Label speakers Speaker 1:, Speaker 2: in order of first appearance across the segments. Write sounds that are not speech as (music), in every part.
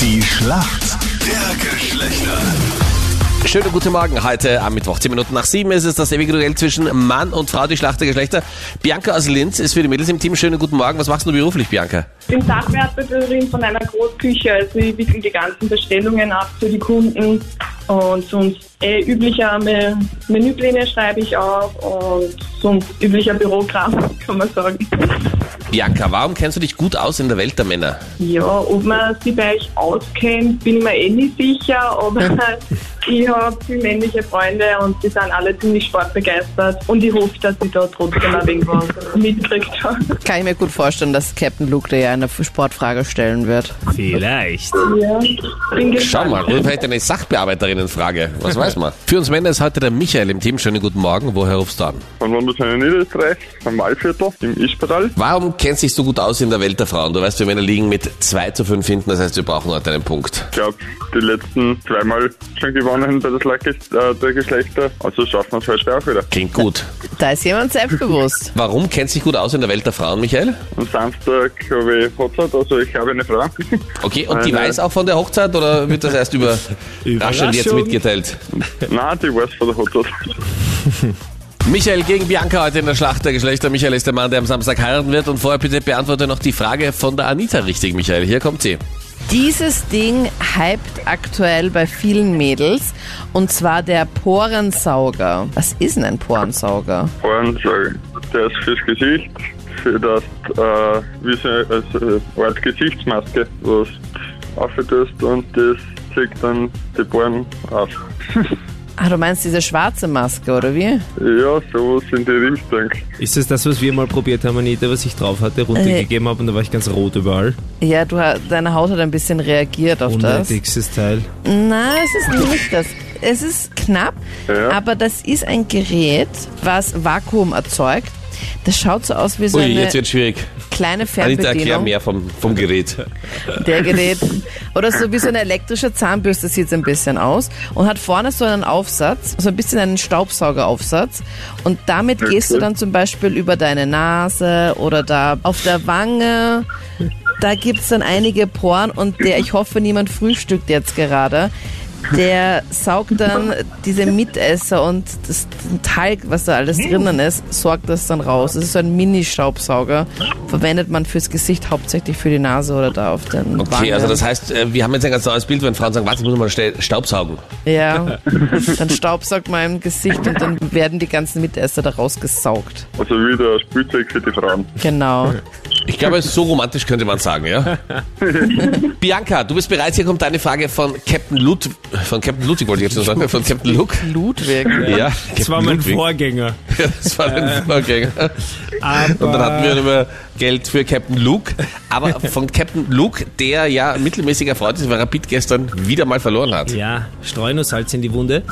Speaker 1: Die Schlacht der Geschlechter.
Speaker 2: Schönen guten Morgen heute am Mittwoch. Zehn Minuten nach sieben ist es das ewige Duell zwischen Mann und Frau, die Schlacht der Geschlechter. Bianca aus Linz ist für die Mädels im Team. Schönen guten Morgen. Was machst du beruflich, Bianca?
Speaker 3: Ich bin Sachbearbeiterin von einer Großküche, also wir wickeln die ganzen Bestellungen ab für die Kunden und sonst äh, üblicher Me- Menüpläne schreibe ich auf und sonst üblicher Bürokram, (laughs) kann man sagen.
Speaker 2: Bianca, warum kennst du dich gut aus in der Welt der Männer?
Speaker 3: Ja, ob man sie bei euch auskennt, bin ich mir eh nicht sicher, aber (laughs) ich habe viele männliche Freunde und die sind alle ziemlich sportbegeistert und ich hoffe, dass ich da trotzdem ein wenig was (laughs) mitkriege.
Speaker 4: Kann ich mir gut vorstellen, dass Captain Luke dir ja eine Sportfrage stellen wird.
Speaker 5: Vielleicht.
Speaker 3: Ja, bin
Speaker 2: Schau
Speaker 3: gespannt.
Speaker 2: mal, oder vielleicht eine Sachbearbeiterinnenfrage. Was weiß man? (laughs) Für uns Männer ist heute der Michael im Team. Schönen guten Morgen. Woher rufst du an?
Speaker 6: Dann waren wir schon in Niederösterreich, am Waldviertel, im Ischbadal.
Speaker 2: Warum kennst du dich so gut aus in der Welt der Frauen? Du weißt, wir Männer liegen mit 2 zu 5 hinten. Das heißt, wir brauchen heute einen Punkt.
Speaker 6: Ich glaube, die letzten zweimal schon gewonnen bei der Schlag äh, der Geschlechter. Also schaffen wir es heute auch wieder.
Speaker 2: Klingt gut.
Speaker 4: Da ist
Speaker 2: (laughs)
Speaker 4: jemand selbstbewusst.
Speaker 2: Warum kennst du dich gut aus in der Welt der Frauen, Michael?
Speaker 6: Am Samstag habe ich Hochzeit, also ich habe eine Frau.
Speaker 2: Okay, und die
Speaker 6: Eine-
Speaker 2: weiß auch von der Hochzeit oder wird das erst über überraschend jetzt
Speaker 5: Äh, (laughs) Überraschung.
Speaker 2: mitgeteilt?
Speaker 6: Nein, die weiß von der Hochzeit.
Speaker 2: Michael gegen Bianca heute in der Schlacht der Geschlechter. Michael ist der Mann, der am Samstag heiraten wird. Und vorher bitte beantworte noch die Frage von der Anita richtig, Michael. Hier kommt sie.
Speaker 4: Dieses Ding hypt aktuell bei vielen Mädels und zwar der Porensauger. Was ist denn ein Porensauger?
Speaker 6: Und äh, der ist fürs Gesicht, für das, äh, wie so also, äh, Art Gesichtsmaske, was du aufhörst und das zieht dann die Bohren auf.
Speaker 4: Ah, du meinst diese schwarze Maske, oder wie?
Speaker 6: Ja, sowas in die Richtung.
Speaker 5: Ist das das, was wir mal probiert haben, Anita, was ich drauf hatte,
Speaker 4: Äh.
Speaker 5: runtergegeben habe und da war ich ganz rot überall?
Speaker 4: Ja, du, ha- deine Haut hat ein bisschen reagiert auf das.
Speaker 5: Unnötigstes Teil.
Speaker 4: Na, es ist nicht das. Es ist knapp,
Speaker 6: Ja.
Speaker 4: aber das ist ein Gerät, was Vakuum erzeugt. Das schaut so aus wie so
Speaker 2: Ui,
Speaker 4: eine
Speaker 2: jetzt wird schwierig.
Speaker 4: kleine
Speaker 2: Anita, erklär
Speaker 4: Fernbedienung.
Speaker 2: mehr vom, vom Gerät.
Speaker 4: der Gerät. Oder so wie so eine elektrische Zahnbürste sieht es ein bisschen aus und hat vorne so einen Aufsatz, so ein bisschen einen Staubsaugeraufsatz und damit gehst du dann zum Beispiel über deine Nase oder da auf der Wange. Da gibt's dann einige Poren und der, ich hoffe, niemand frühstückt jetzt gerade. Der saugt dann diese Mitesser und das den Talg, was da alles drinnen ist, sorgt das dann raus. Das ist so ein Mini-Staubsauger. Verwendet man fürs Gesicht, hauptsächlich für die Nase oder da auf den
Speaker 2: Okay,
Speaker 4: Wangen.
Speaker 2: also das heißt, äh, wir haben jetzt ein ganz neues Bild, wenn Frauen sagen, warte, ich muss mal schnell Staubsaugen.
Speaker 4: Ja, dann staubsaugt man im Gesicht und dann werden die ganzen Mitesser da rausgesaugt.
Speaker 6: Also wieder Spielzeug für die Frauen.
Speaker 4: Genau.
Speaker 2: Ich glaube, (laughs) so romantisch könnte man sagen, ja? (laughs) Bianca, du bist bereit. Hier kommt deine Frage von Captain Lud, von Captain Ludwig wollte ich jetzt schon sagen, von Captain Luke.
Speaker 4: Ludwig.
Speaker 2: Ja,
Speaker 5: Das war
Speaker 2: Captain
Speaker 5: mein
Speaker 2: Ludwig.
Speaker 5: Vorgänger.
Speaker 2: Ja, das war mein Vorgänger.
Speaker 5: Aber
Speaker 2: Und dann hatten wir über Geld für Captain Luke. Aber von Captain Luke, der ja mittelmäßiger Freund ist, weil Rapid gestern wieder mal verloren hat.
Speaker 5: Ja, streuen nur Salz in die Wunde.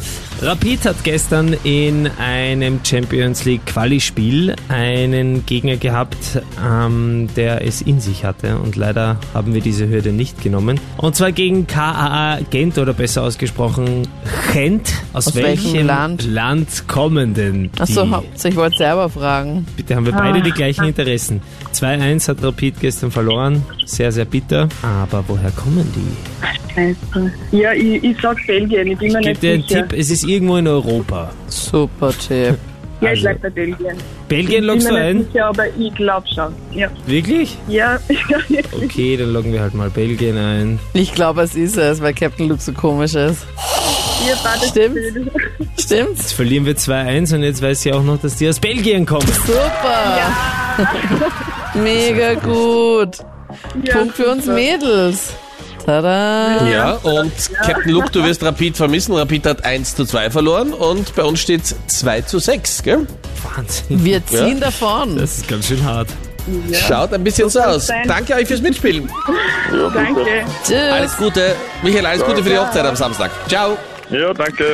Speaker 5: Rapid hat gestern in einem Champions League Quali-Spiel einen Gegner gehabt, ähm, der es in sich hatte und leider haben wir diese Hürde nicht genommen. Und zwar gegen KAA Gent oder besser ausgesprochen Gent. Aus,
Speaker 4: Aus welchem
Speaker 5: welchem,
Speaker 4: Land?
Speaker 5: Land kommen denn die?
Speaker 4: Achso, ich wollte selber fragen.
Speaker 5: Bitte haben wir beide die gleichen Interessen. 2-1 hat Rapid gestern verloren. Sehr, sehr bitter. Aber woher kommen die?
Speaker 3: Ja, ich, ich sag Belgien, ich bin mir nicht
Speaker 5: Gebt dir einen
Speaker 3: sicher.
Speaker 5: Tipp, es ist irgendwo in Europa.
Speaker 4: Super Tipp.
Speaker 3: Ja,
Speaker 5: Also,
Speaker 3: ich bleib bei Belgien.
Speaker 5: Belgien
Speaker 3: Ich
Speaker 5: loggst
Speaker 3: bin
Speaker 5: du
Speaker 3: mir
Speaker 5: ein?
Speaker 3: nicht sicher, aber ich glaube schon. Ja,
Speaker 5: Wirklich?
Speaker 3: ja. (laughs)
Speaker 5: Okay, dann loggen wir halt mal Belgien ein.
Speaker 4: Ich glaube, es ist es, weil Captain Luke so komisch ist.
Speaker 3: Ihr wartet
Speaker 4: Stimmt's? Stimmt's?
Speaker 5: Jetzt verlieren wir 2-1 und jetzt weiß sie auch noch, dass die aus Belgien kommen.
Speaker 4: Super! (laughs) Mega gut!
Speaker 3: Ja,
Speaker 4: Punkt für uns Mädels! Tada!
Speaker 2: Ja, und Captain Luke, du wirst Rapid vermissen. Rapid hat 1 zu 2 verloren und bei uns steht 2 zu 6, gell?
Speaker 5: Wahnsinn.
Speaker 4: Wir ziehen davon!
Speaker 5: Das ist ganz schön hart.
Speaker 2: Schaut ein bisschen so aus.
Speaker 3: sein.
Speaker 2: Danke euch fürs Mitspielen.
Speaker 6: Ja, bitte.
Speaker 3: Danke.
Speaker 4: Tschüss!
Speaker 2: Alles Gute. Michael, alles Gute für die Hochzeit am Samstag. Ciao.
Speaker 6: Ja, danke.